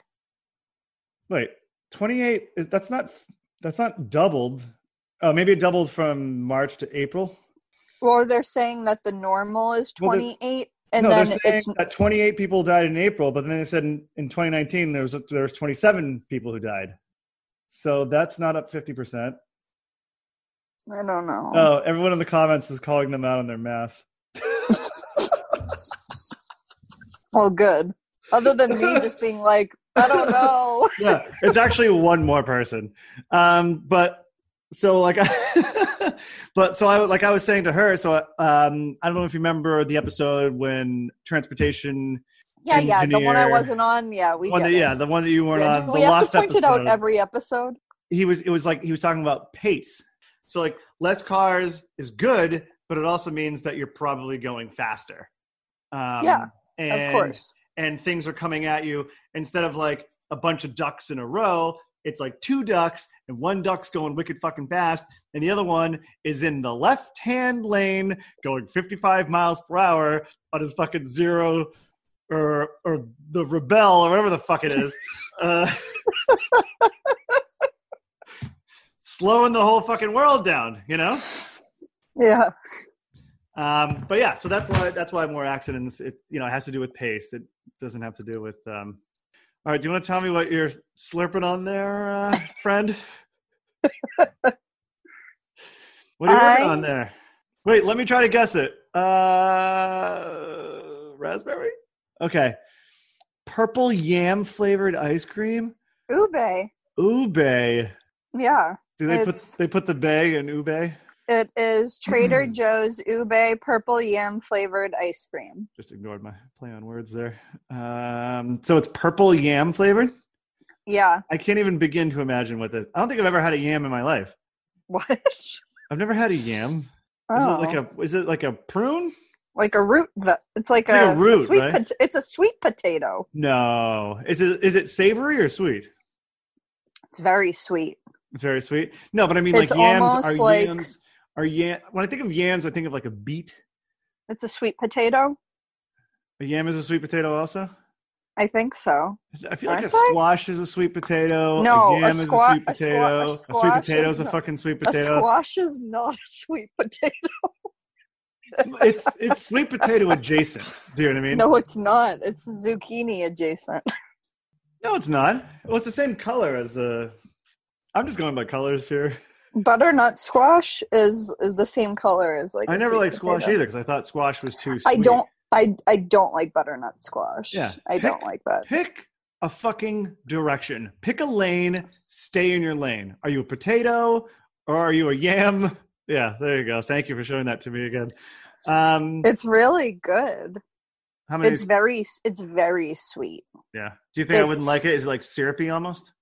Speaker 1: Wait, 28 is that's not that's not doubled. Oh, maybe it doubled from March to April.
Speaker 2: Or they're saying that the normal is
Speaker 1: Well, they're-
Speaker 2: 28, and
Speaker 1: no,
Speaker 2: then
Speaker 1: they're saying
Speaker 2: it's
Speaker 1: that 28 people died in April, but then they said in, in 2019 there was there was 27 people who died. So that's not up 50%.
Speaker 2: I don't know.
Speaker 1: Oh, everyone in the comments is calling them out on their math.
Speaker 2: Well, good. Other than me just being like, I don't know.
Speaker 1: yeah, it's actually one more person. Um, but so like, but so I like I was saying to her. So um, I don't know if you remember the episode when transportation
Speaker 2: Yeah, yeah. The one I
Speaker 1: Engineer.
Speaker 2: wasn't on. Yeah, we
Speaker 1: one
Speaker 2: get
Speaker 1: that,
Speaker 2: it.
Speaker 1: yeah, the one that you weren't
Speaker 2: Yeah,
Speaker 1: on.
Speaker 2: do
Speaker 1: The
Speaker 2: we have
Speaker 1: last
Speaker 2: to point
Speaker 1: episode.
Speaker 2: it out every episode.
Speaker 1: he was. It was like he was talking about pace. So like less cars is good, but it also means that you're probably going faster. Um,
Speaker 2: Yeah,
Speaker 1: and,
Speaker 2: of course.
Speaker 1: And things are coming at you instead of like a bunch of ducks in a row. It's like two ducks, and one duck's going wicked fucking fast, and the other one is in the left hand lane going 55 miles per hour on his fucking zero or or the rebel or whatever the fuck it is. Uh, slowing the whole fucking world down, you know?
Speaker 2: Yeah.
Speaker 1: Um, but yeah, so that's why that's why more accidents. It you know it has to do with pace. It doesn't have to do with. Um... All right, do you want to tell me what you're slurping on there, uh, friend? what are you working
Speaker 2: I-
Speaker 1: on there? Wait, let me try to guess it. Uh, raspberry. Okay, purple yam flavored ice cream.
Speaker 2: Ube.
Speaker 1: Ube.
Speaker 2: Yeah.
Speaker 1: Do they
Speaker 2: It's-
Speaker 1: put they put the bay in ube?
Speaker 2: It is Trader Joe's Ube purple yam flavored ice cream.
Speaker 1: Just ignored my play on words there. Um, so it's purple yam flavored.
Speaker 2: Yeah.
Speaker 1: I can't even begin to imagine what this. I don't think I've ever had a yam in my life.
Speaker 2: What?
Speaker 1: I've never had a yam. Is
Speaker 2: Oh.
Speaker 1: it like a is it like a prune?
Speaker 2: like a root. ve- It's like,
Speaker 1: Like a root,
Speaker 2: sweet.
Speaker 1: right?
Speaker 2: pot- it's a sweet potato.
Speaker 1: No. Is it is it savory or sweet?
Speaker 2: It's very sweet.
Speaker 1: It's very sweet. No, but I mean
Speaker 2: It's
Speaker 1: like yams are
Speaker 2: almost like-
Speaker 1: yams are yam when I think of yams, I think of like a beet.
Speaker 2: It's a sweet potato.
Speaker 1: A yam is a sweet potato also?
Speaker 2: I think so.
Speaker 1: I feel like a
Speaker 2: Aren't they?
Speaker 1: squash is a sweet potato.
Speaker 2: No,
Speaker 1: a
Speaker 2: a
Speaker 1: yam is a
Speaker 2: squa-
Speaker 1: sweet
Speaker 2: a squa- a
Speaker 1: potato. A, sweet
Speaker 2: squash
Speaker 1: potato is
Speaker 2: is
Speaker 1: a
Speaker 2: not-
Speaker 1: fucking sweet
Speaker 2: A
Speaker 1: potato.
Speaker 2: squash is not a sweet potato.
Speaker 1: It's it's sweet potato adjacent. Do you know what I mean?
Speaker 2: No, it's not. It's zucchini adjacent.
Speaker 1: No, it's not. Well, it's the same color as the. I'm just going by colors here.
Speaker 2: Butternut squash is the same color as like.
Speaker 1: I
Speaker 2: a
Speaker 1: never
Speaker 2: sweet
Speaker 1: liked squash
Speaker 2: potato.
Speaker 1: either because I thought squash was too.
Speaker 2: I
Speaker 1: Sweet.
Speaker 2: don't. I I don't like butternut squash.
Speaker 1: Yeah.
Speaker 2: I don't
Speaker 1: Pick-
Speaker 2: like that.
Speaker 1: pick a fucking direction. Pick a lane. Stay in your lane. Are you a potato or are you a yam? Yeah, there you go. Thank you for showing that to me again. Um,
Speaker 2: It's really good.
Speaker 1: how many?
Speaker 2: It's very s- it's very sweet.
Speaker 1: yeah. Do you think I
Speaker 2: it-
Speaker 1: wouldn't like it? Is it like syrupy almost?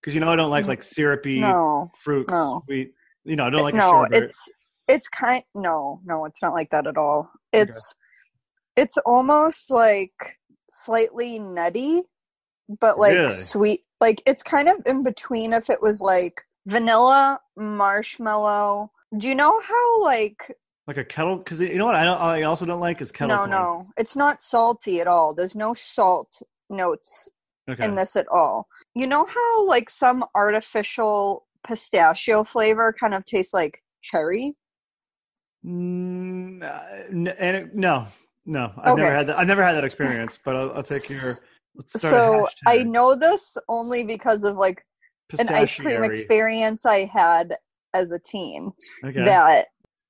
Speaker 1: Because you know I don't like like syrupy
Speaker 2: Mm, No,
Speaker 1: fruits.
Speaker 2: no.
Speaker 1: Sweet. You know I don't like a
Speaker 2: no,
Speaker 1: sherbet.
Speaker 2: it's it's kind. No, no, it's not like that at all. It's it's almost like slightly nutty, but like
Speaker 1: Really?
Speaker 2: sweet. Like it's kind of in between. If it was like vanilla, marshmallow. Do you know how like
Speaker 1: like a kettle. Because you know what I don't. I also don't like is kettle.
Speaker 2: no
Speaker 1: corn.
Speaker 2: no it's not salty at all there's no salt notes
Speaker 1: Okay.
Speaker 2: in this at all. You know how like some artificial pistachio flavor kind of tastes like cherry?
Speaker 1: Mm, uh, n- and it- no, no, I've never
Speaker 2: Okay.
Speaker 1: had that. I've never had that experience, but I'll, I'll take your. Let's start
Speaker 2: So
Speaker 1: a
Speaker 2: I
Speaker 1: hashtag.
Speaker 2: know this only because of like an ice cream
Speaker 1: Pistachiary.
Speaker 2: experience I had as a teen
Speaker 1: Okay.
Speaker 2: that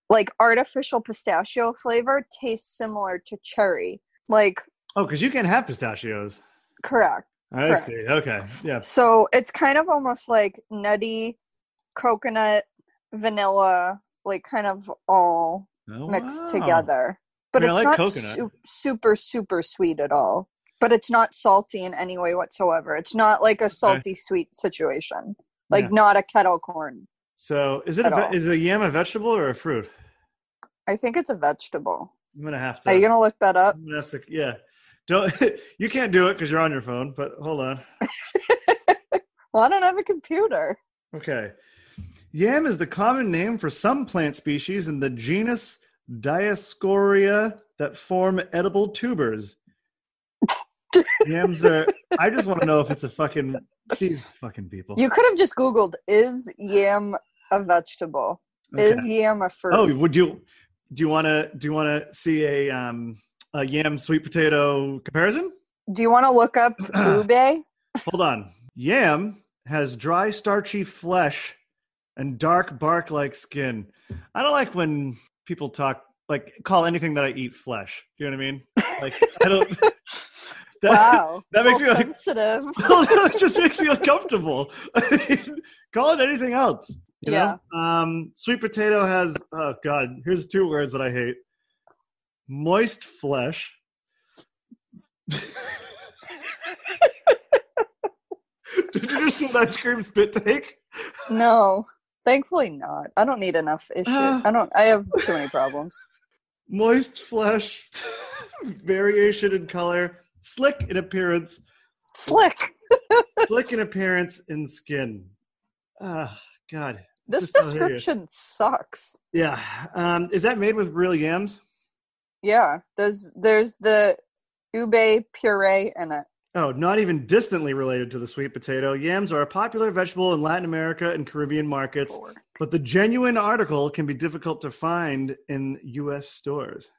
Speaker 2: like artificial pistachio flavor tastes similar to cherry. Like
Speaker 1: Oh, because you can have pistachios.
Speaker 2: correct.
Speaker 1: I
Speaker 2: Correct.
Speaker 1: see. Okay. Yeah.
Speaker 2: So it's kind of almost like nutty coconut vanilla like kind of all
Speaker 1: Oh,
Speaker 2: mixed
Speaker 1: wow.
Speaker 2: together. But
Speaker 1: mean, I
Speaker 2: it's
Speaker 1: like
Speaker 2: not
Speaker 1: coconut.
Speaker 2: su- super super sweet at all. But it's not salty in any way whatsoever. It's not like a salty sweet situation. Like
Speaker 1: Yeah.
Speaker 2: not a kettle corn.
Speaker 1: So is it a,
Speaker 2: At
Speaker 1: ve-
Speaker 2: all.
Speaker 1: is a yam a vegetable or a fruit?
Speaker 2: I think it's a vegetable.
Speaker 1: I'm gonna have to.
Speaker 2: Are you gonna look that up?
Speaker 1: I'm gonna have to. Yeah. Don't. you can't do it because you're on your phone. But hold on.
Speaker 2: Well, I don't have a computer.
Speaker 1: Okay. Yam is the common name for some plant species in the genus Dioscorea that form edible tubers. Yams are. I just want to know if it's a fucking. These fucking people.
Speaker 2: You could have just Googled is yam a vegetable?
Speaker 1: Okay.
Speaker 2: Is yam a fruit?
Speaker 1: Oh, would you? Do you want to? Do you want to see a um a yam sweet potato comparison?
Speaker 2: Do you wanna look up ube?
Speaker 1: Hold on. Yam has dry, starchy flesh and dark bark like skin. I don't like when people talk, like, call anything that I eat flesh. You know what I mean? Like, I don't. That,
Speaker 2: Wow.
Speaker 1: that makes me
Speaker 2: Little
Speaker 1: like.
Speaker 2: sensitive.
Speaker 1: it just makes me uncomfortable. call it anything else. You Know? Um, sweet potato has, oh God, here's two words that I hate moist flesh. Did you just do an ice cream spit take?
Speaker 2: No, thankfully not. I don't need enough issues.
Speaker 1: Uh.
Speaker 2: I don't. I have too many problems.
Speaker 1: Moist flesh, variation in color, slick in appearance,
Speaker 2: Slick.
Speaker 1: slick in appearance in skin. Ah, God.
Speaker 2: This
Speaker 1: Just over here.
Speaker 2: description sucks.
Speaker 1: Yeah. Um, is that made with real yams?
Speaker 2: Yeah, there's there's the ube puree in it.
Speaker 1: Oh, not even distantly related to the sweet potato. Yams are a popular vegetable in Latin America and Caribbean markets,
Speaker 2: for.
Speaker 1: but the genuine article can be difficult to find in U.S. stores.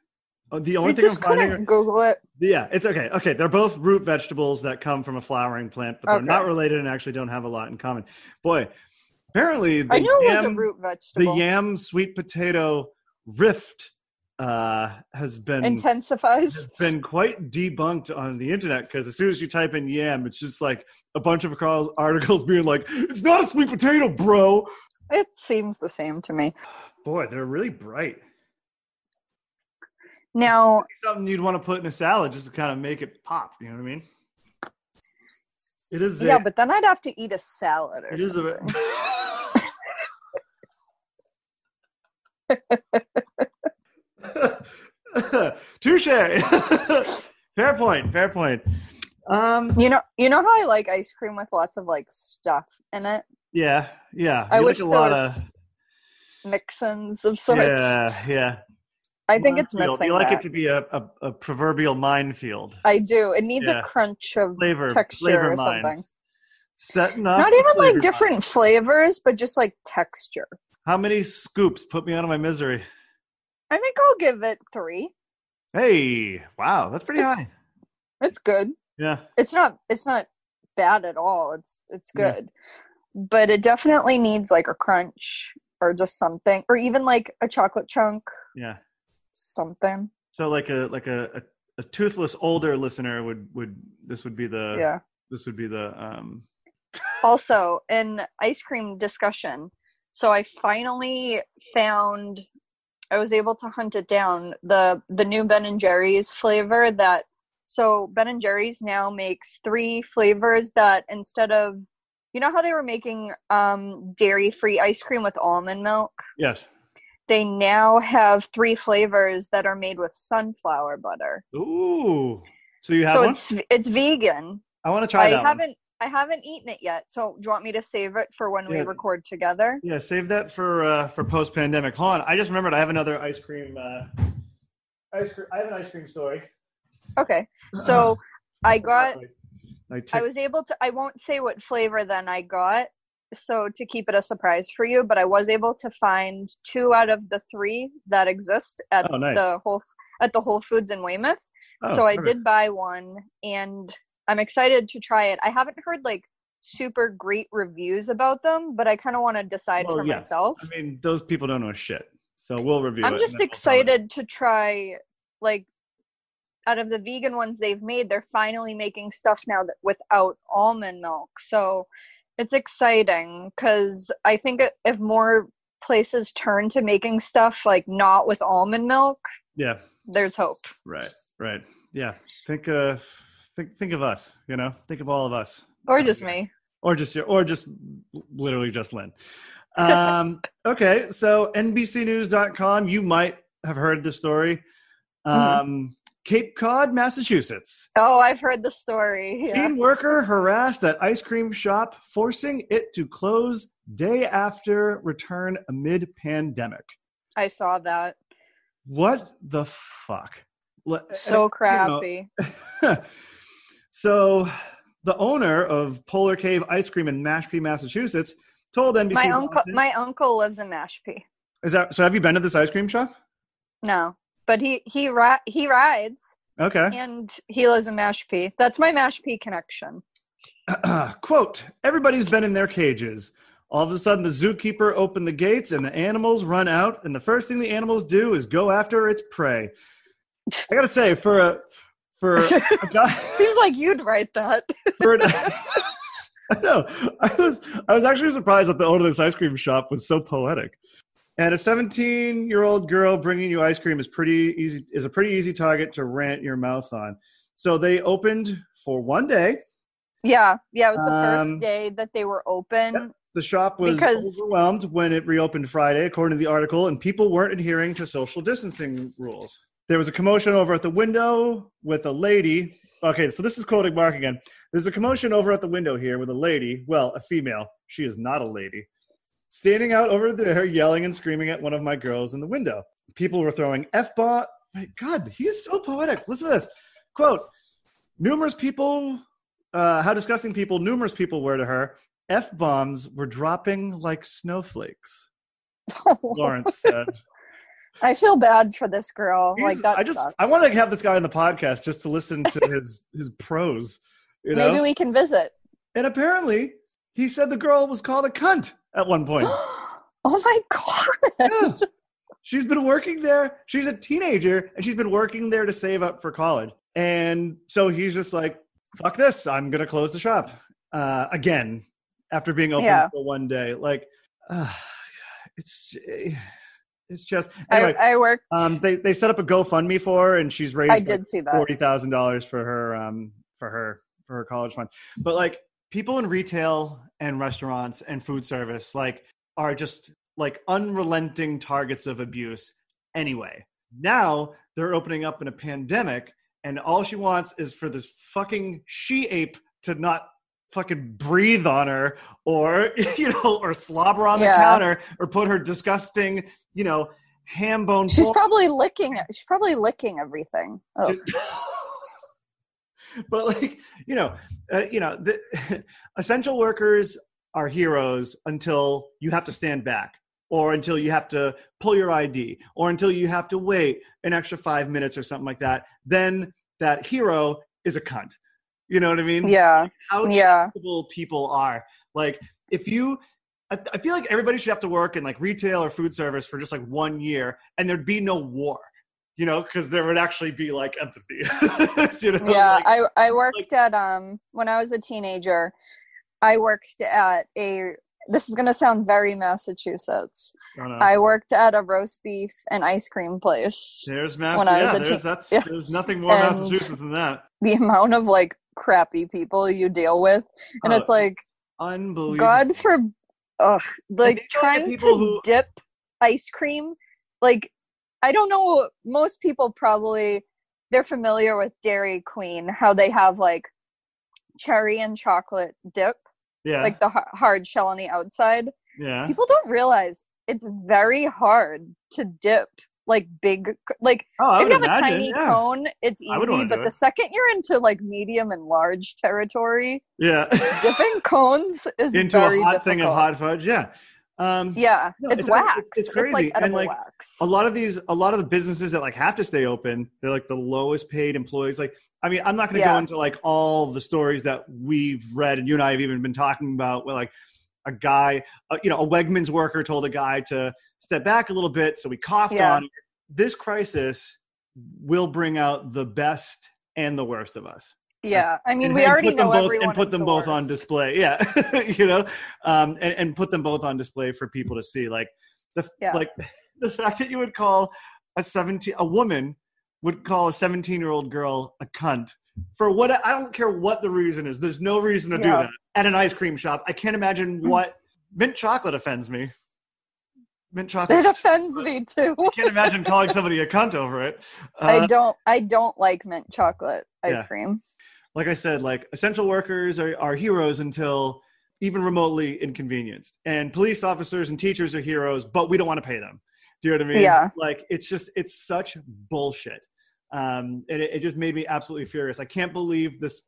Speaker 1: Oh, the only
Speaker 2: We
Speaker 1: thing I'm
Speaker 2: just
Speaker 1: finding,
Speaker 2: couldn't Google it.
Speaker 1: yeah, it's okay. Okay, they're both root vegetables that come from a flowering plant, but they're
Speaker 2: Okay.
Speaker 1: not related and actually don't have a lot in common. Boy, apparently the
Speaker 2: I knew it was a
Speaker 1: yam-
Speaker 2: root
Speaker 1: the
Speaker 2: vegetable.
Speaker 1: yam sweet potato rift uh, has been
Speaker 2: intensifies.
Speaker 1: has been quite debunked on the internet because as soon as you type in yam, it's just like a bunch of Carl's articles being like, "It's not a sweet potato, bro."
Speaker 2: It seems the same to me.
Speaker 1: Boy, they're really bright.
Speaker 2: Now,
Speaker 1: Something you'd want to put in a salad just to kind of make it pop. You know what I mean? It is.
Speaker 2: yeah,
Speaker 1: a,
Speaker 2: but then I'd have to eat a salad or
Speaker 1: it is a.
Speaker 2: something.
Speaker 1: Touche. fair point. Fair point. Um.
Speaker 2: You know, you know how I like ice cream with lots of like stuff in it,
Speaker 1: Yeah. Yeah.
Speaker 2: I
Speaker 1: You like
Speaker 2: wish
Speaker 1: a
Speaker 2: there
Speaker 1: lot
Speaker 2: was
Speaker 1: of.
Speaker 2: mixins of sorts.
Speaker 1: Yeah, yeah.
Speaker 2: I think it's
Speaker 1: Minefield.
Speaker 2: missing.
Speaker 1: You like
Speaker 2: that.
Speaker 1: it to be a, a, a proverbial minefield.
Speaker 2: I do. It needs
Speaker 1: Yeah.
Speaker 2: a crunch of
Speaker 1: Flavor,
Speaker 2: Texture
Speaker 1: flavor
Speaker 2: or something.
Speaker 1: mines. Setting up.
Speaker 2: not
Speaker 1: the
Speaker 2: even
Speaker 1: flavor
Speaker 2: like different
Speaker 1: mines.
Speaker 2: flavors, but just like texture.
Speaker 1: How many scoops put me out of my misery?
Speaker 2: I think I'll give it three.
Speaker 1: Hey, wow, that's pretty
Speaker 2: It's-
Speaker 1: high.
Speaker 2: It's good.
Speaker 1: Yeah,
Speaker 2: It's not. It's not bad at all. It's it's
Speaker 1: Yeah.
Speaker 2: good, but it definitely needs like a crunch or just something, or even like a chocolate chunk,
Speaker 1: yeah.
Speaker 2: something.
Speaker 1: So like a like a, a, a toothless older listener would would this would be the
Speaker 2: yeah.
Speaker 1: this would be the um
Speaker 2: Also, in ice cream discussion, so I finally found. I was able to hunt it down the the new Ben and Jerry's flavor that so Ben and Jerry's now makes three flavors that instead of you know how they were making um, dairy free ice cream with almond milk
Speaker 1: yes.
Speaker 2: they now have three flavors that are made with sunflower butter
Speaker 1: Ooh. So you have
Speaker 2: so
Speaker 1: one?
Speaker 2: it's it's vegan
Speaker 1: I want to try
Speaker 2: I
Speaker 1: that. one.
Speaker 2: haven't I haven't eaten it yet so do you want me to save it for when we
Speaker 1: Yeah.
Speaker 2: record together
Speaker 1: Yeah, save that for uh, for post pandemic. Hold on, I just remembered I have another ice cream. Uh, Uh-uh. ice cream. I have an ice cream story.
Speaker 2: okay so I got
Speaker 1: Uh, I
Speaker 2: I
Speaker 1: tick-
Speaker 2: was able to. I won't say what flavor then I got, so to keep it a surprise for you. But I was able to find two out of the three that exist at
Speaker 1: Oh, nice.
Speaker 2: the whole at the Whole Foods in Weymouth.
Speaker 1: oh,
Speaker 2: so I
Speaker 1: perfect.
Speaker 2: did buy one, and I'm excited to try it. I haven't heard like super great reviews about them, but I kind of want to decide
Speaker 1: Well,
Speaker 2: for
Speaker 1: yeah.
Speaker 2: myself.
Speaker 1: I mean, those people don't know shit. So we'll review. it
Speaker 2: I'm
Speaker 1: and
Speaker 2: just
Speaker 1: then we'll comment.
Speaker 2: excited to try like out of the vegan ones they've made, they're finally making stuff now that without almond milk. So it's exciting cuz I think i- if more places turn to making stuff like not with almond milk,
Speaker 1: Yeah.
Speaker 2: there's hope.
Speaker 1: Right. Right. Yeah. Think. Uh, think. Think of us. You know. Think of all of us.
Speaker 2: Or just me.
Speaker 1: Or just your. Or just literally just Lynn. Um, okay. So NBCNews.com. You might have heard the story.
Speaker 2: Mm-hmm.
Speaker 1: Um, Cape Cod, Massachusetts.
Speaker 2: Oh, I've heard the story. Yeah.
Speaker 1: Teen worker harassed at ice cream shop, forcing it to close day after return amid pandemic.
Speaker 2: I saw that.
Speaker 1: What the fuck? Le- eh,
Speaker 2: So
Speaker 1: know,
Speaker 2: crappy.
Speaker 1: so, the owner of Polar Cave Ice Cream in Mashpee, Massachusetts, told NBC.
Speaker 2: My uncle
Speaker 1: Boston-
Speaker 2: my uncle lives in Mashpee.
Speaker 1: is that so? Have you been to this ice cream shop?
Speaker 2: No. But he he ri- he rides
Speaker 1: Okay.
Speaker 2: And he lives in Mashpee. That's my Mashpee connection.
Speaker 1: Quote, everybody's been in their cages. All of a sudden, the zookeeper opened the gates and the animals run out. And the first thing the animals do is go after its prey. I got to say, for a, for a guy,
Speaker 2: Seems like you'd write that.
Speaker 1: for an, I know, I was, I was actually surprised that the owner of this ice cream shop was so poetic. And a 17 year old girl bringing you ice cream is pretty easy, is a pretty easy target to rant your mouth on. So they opened for one day.
Speaker 2: Yeah, yeah. It was the
Speaker 1: Um,
Speaker 2: first day that they were open.
Speaker 1: Yep. The shop was
Speaker 2: Because-
Speaker 1: overwhelmed when it reopened Friday, according to the article, and people weren't adhering to social distancing rules. There was a commotion over at the window with a lady. Okay, so this is quoting Mark again. There's a commotion over at the window here with a lady, well, a female. She is not a lady. Standing out over there, yelling and screaming at one of my girls in the window. People were throwing F bomb. My God, he is so poetic. Listen to this. Quote Numerous people, uh, how disgusting people numerous people were to her. F bombs were dropping like snowflakes, Lawrence said.
Speaker 2: Oh, I feel bad for this girl. like
Speaker 1: He's-
Speaker 2: Oh that
Speaker 1: I just
Speaker 2: sucks.
Speaker 1: I want to have this guy on the podcast just to listen to his his prose, you know.
Speaker 2: Maybe we can visit.
Speaker 1: and apparently, he said the girl was called a cunt at one point.
Speaker 2: oh my god!
Speaker 1: Yeah. She's been working there. She's a teenager and she's been working there to save up for college. And so he's just like, fuck this. I'm going to close the shop uh, again after being open
Speaker 2: Yeah.
Speaker 1: for one day. Like, uh, it's, it's just,
Speaker 2: I,
Speaker 1: anyway,
Speaker 2: I worked.
Speaker 1: um, they, they set up a GoFundMe for her and she's raised
Speaker 2: I
Speaker 1: like,
Speaker 2: did see that.
Speaker 1: forty thousand dollars for her um for her for her college fund. But like people in retail and restaurants and food service like are just like unrelenting targets of abuse anyway. Now they're opening up in a pandemic and all she wants is for this fucking she ape to not fucking breathe on her or you know or slobber on the
Speaker 2: Yeah.
Speaker 1: counter or put her disgusting, you know, ham bone
Speaker 2: She's
Speaker 1: pulp-
Speaker 2: probably licking. it. She's probably licking everything. Oh.
Speaker 1: just- but like you know, uh, you know, the, essential workers are heroes until you have to stand back, or until you have to pull your ID, or until you have to wait an extra five minutes or something like that. Then that hero is a cunt. You know what I mean?
Speaker 2: yeah,
Speaker 1: How
Speaker 2: yeah.
Speaker 1: charitable people are. Like if you. I I feel like everybody should have to work in like retail or food service for just like one year, and there'd be no war, you know, because there would actually be like empathy. you know?
Speaker 2: yeah
Speaker 1: like-
Speaker 2: i i worked at um when i was a teenager i worked at a this is going to sound very massachusetts
Speaker 1: I don't know.
Speaker 2: i worked at a roast beef and ice cream place
Speaker 1: there's mass.
Speaker 2: when I was
Speaker 1: Yeah,
Speaker 2: a
Speaker 1: there's
Speaker 2: teen-
Speaker 1: that's
Speaker 2: yeah.
Speaker 1: there's nothing more
Speaker 2: And-
Speaker 1: Massachusetts than that.
Speaker 2: the amount of like crappy people you deal with and
Speaker 1: Oh,
Speaker 2: it's like
Speaker 1: Unbelievable.
Speaker 2: god for ugh,
Speaker 1: they
Speaker 2: like
Speaker 1: don't get
Speaker 2: trying to
Speaker 1: people who-
Speaker 2: dip ice cream like i don't know most people probably they're familiar with dairy queen how they have like cherry and chocolate dip
Speaker 1: yeah,
Speaker 2: like the har- hard shell on the outside.
Speaker 1: yeah.
Speaker 2: People don't realize it's very hard to dip like big like
Speaker 1: Oh, I
Speaker 2: if
Speaker 1: would
Speaker 2: you have
Speaker 1: imagine.
Speaker 2: a tiny
Speaker 1: yeah.
Speaker 2: cone, it's
Speaker 1: I would
Speaker 2: easy.
Speaker 1: wanna do
Speaker 2: But
Speaker 1: it.
Speaker 2: the second you're into like medium and large territory,
Speaker 1: yeah.
Speaker 2: dipping cones is
Speaker 1: into
Speaker 2: very
Speaker 1: a hot thing of
Speaker 2: difficult.
Speaker 1: hot fudge. Yeah. Um,
Speaker 2: Yeah,
Speaker 1: No,
Speaker 2: it's,
Speaker 1: it's-
Speaker 2: wax.
Speaker 1: it's- it's crazy,
Speaker 2: like
Speaker 1: and,
Speaker 2: edible
Speaker 1: like,
Speaker 2: wax.
Speaker 1: a lot of these a lot of the businesses that like have to stay open they're like the lowest paid employees like i mean i'm not going to go
Speaker 2: Yeah.
Speaker 1: into like all the stories that we've read and you and i have even been talking about where like a guy uh, you know a wegman's worker told a guy to step back a little bit so we coughed
Speaker 2: Yeah.
Speaker 1: on it. this crisis will bring out the best and the worst of us
Speaker 2: Yeah, I mean,
Speaker 1: and-
Speaker 2: we
Speaker 1: and
Speaker 2: already
Speaker 1: put them
Speaker 2: know
Speaker 1: both,
Speaker 2: everyone
Speaker 1: and put
Speaker 2: is
Speaker 1: them
Speaker 2: the
Speaker 1: both on
Speaker 2: worst.
Speaker 1: display. Yeah, you know, um, and, and put them both on display for people to see. Like the
Speaker 2: Yeah.
Speaker 1: like the fact that you would call a seventeen a woman would call a seventeen year old girl a cunt for what I don't care what the reason is. There's no reason to do
Speaker 2: Yeah. Hmm.
Speaker 1: that at an ice cream shop. I can't imagine what mint chocolate offends me. Mint chocolate.
Speaker 2: It offends me too.
Speaker 1: I can't imagine calling somebody a cunt over it. Uh,
Speaker 2: I don't. I don't like mint chocolate ice
Speaker 1: Yeah.
Speaker 2: cream.
Speaker 1: like I said, like essential workers are, are heroes until even remotely inconvenienced. And police officers and teachers are heroes, but we don't want to pay them. Do you know what I mean?
Speaker 2: Yeah.
Speaker 1: Like it's just it's such bullshit. Um and it, it just made me absolutely furious. I can't believe this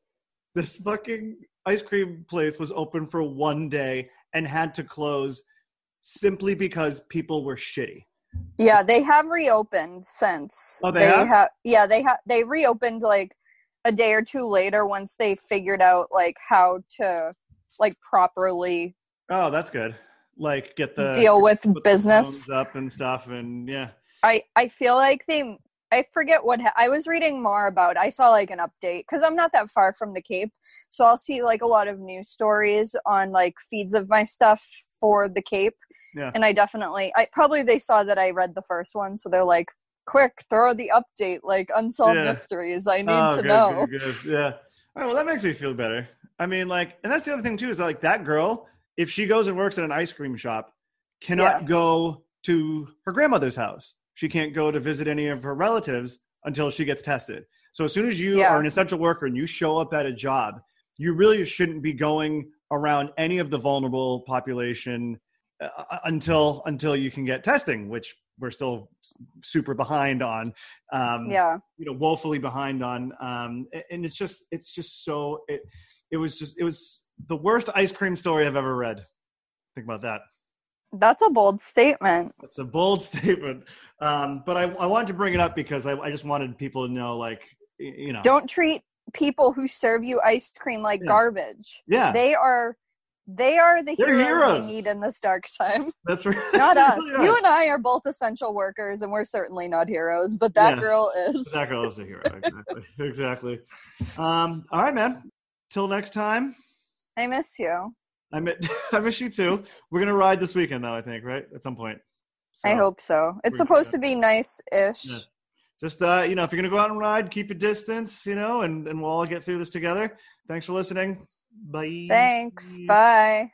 Speaker 1: this fucking ice cream place was open for one day and had to close simply because people were shitty.
Speaker 2: Yeah, they have reopened since.
Speaker 1: Oh, they have?
Speaker 2: have. yeah, they have. They reopened like a day or two later once they figured out like how to like properly
Speaker 1: Oh, that's good. Like get the
Speaker 2: deal with
Speaker 1: put the
Speaker 2: business.
Speaker 1: phones up and stuff and yeah.
Speaker 2: I I feel like they I forget what ha- I was reading more about. I saw like an update cuz I'm not that far from the Cape. So I'll see like a lot of news stories on like feeds of my stuff for the Cape.
Speaker 1: Yeah.
Speaker 2: And I definitely I probably they saw that I read the first one so they're like quick throw the update like unsolved
Speaker 1: Yeah.
Speaker 2: mysteries. I need
Speaker 1: oh,
Speaker 2: to
Speaker 1: good,
Speaker 2: know.
Speaker 1: Good, good. Yeah. All right. Well, that makes me feel better. I mean, like, and that's the other thing too is like that girl, if she goes and works at an ice cream shop, cannot go to her grandmother's house. She can't go to visit any of her relatives until she gets tested. So as soon as you
Speaker 2: Yeah.
Speaker 1: are an essential worker and you show up at a job, you really shouldn't be going around any of the vulnerable population uh, until until you can get testing, which we're still super behind on. Um,
Speaker 2: Yeah.
Speaker 1: you know woefully behind on um a- and it's just it's just so it it was just it was the worst ice cream story i've ever read think about that
Speaker 2: That's a bold statement.
Speaker 1: that's a bold statement um but i i wanted to bring it up because i, I just wanted people to know like y- you know
Speaker 2: Don't treat people who serve you ice cream like
Speaker 1: Yeah.
Speaker 2: garbage.
Speaker 1: yeah
Speaker 2: They are they are the
Speaker 1: They're
Speaker 2: heroes,
Speaker 1: heroes.
Speaker 2: we need in this dark time.
Speaker 1: that's right
Speaker 2: Not us.
Speaker 1: Yeah.
Speaker 2: You and I are both essential workers and we're certainly not heroes, but that
Speaker 1: Yeah.
Speaker 2: girl is.
Speaker 1: that girl is a hero exactly exactly um all right man till next time
Speaker 2: I miss you.
Speaker 1: i miss, I miss you too we're gonna ride this weekend though i think right at some point
Speaker 2: I
Speaker 1: So-
Speaker 2: hope so. It's
Speaker 1: we're
Speaker 2: supposed to
Speaker 1: good.
Speaker 2: be nice ish.
Speaker 1: Yeah. just uh, you know if you're gonna go out and ride keep your distance you know and and we'll all get through this together thanks for listening bye
Speaker 2: Thanks. Bye.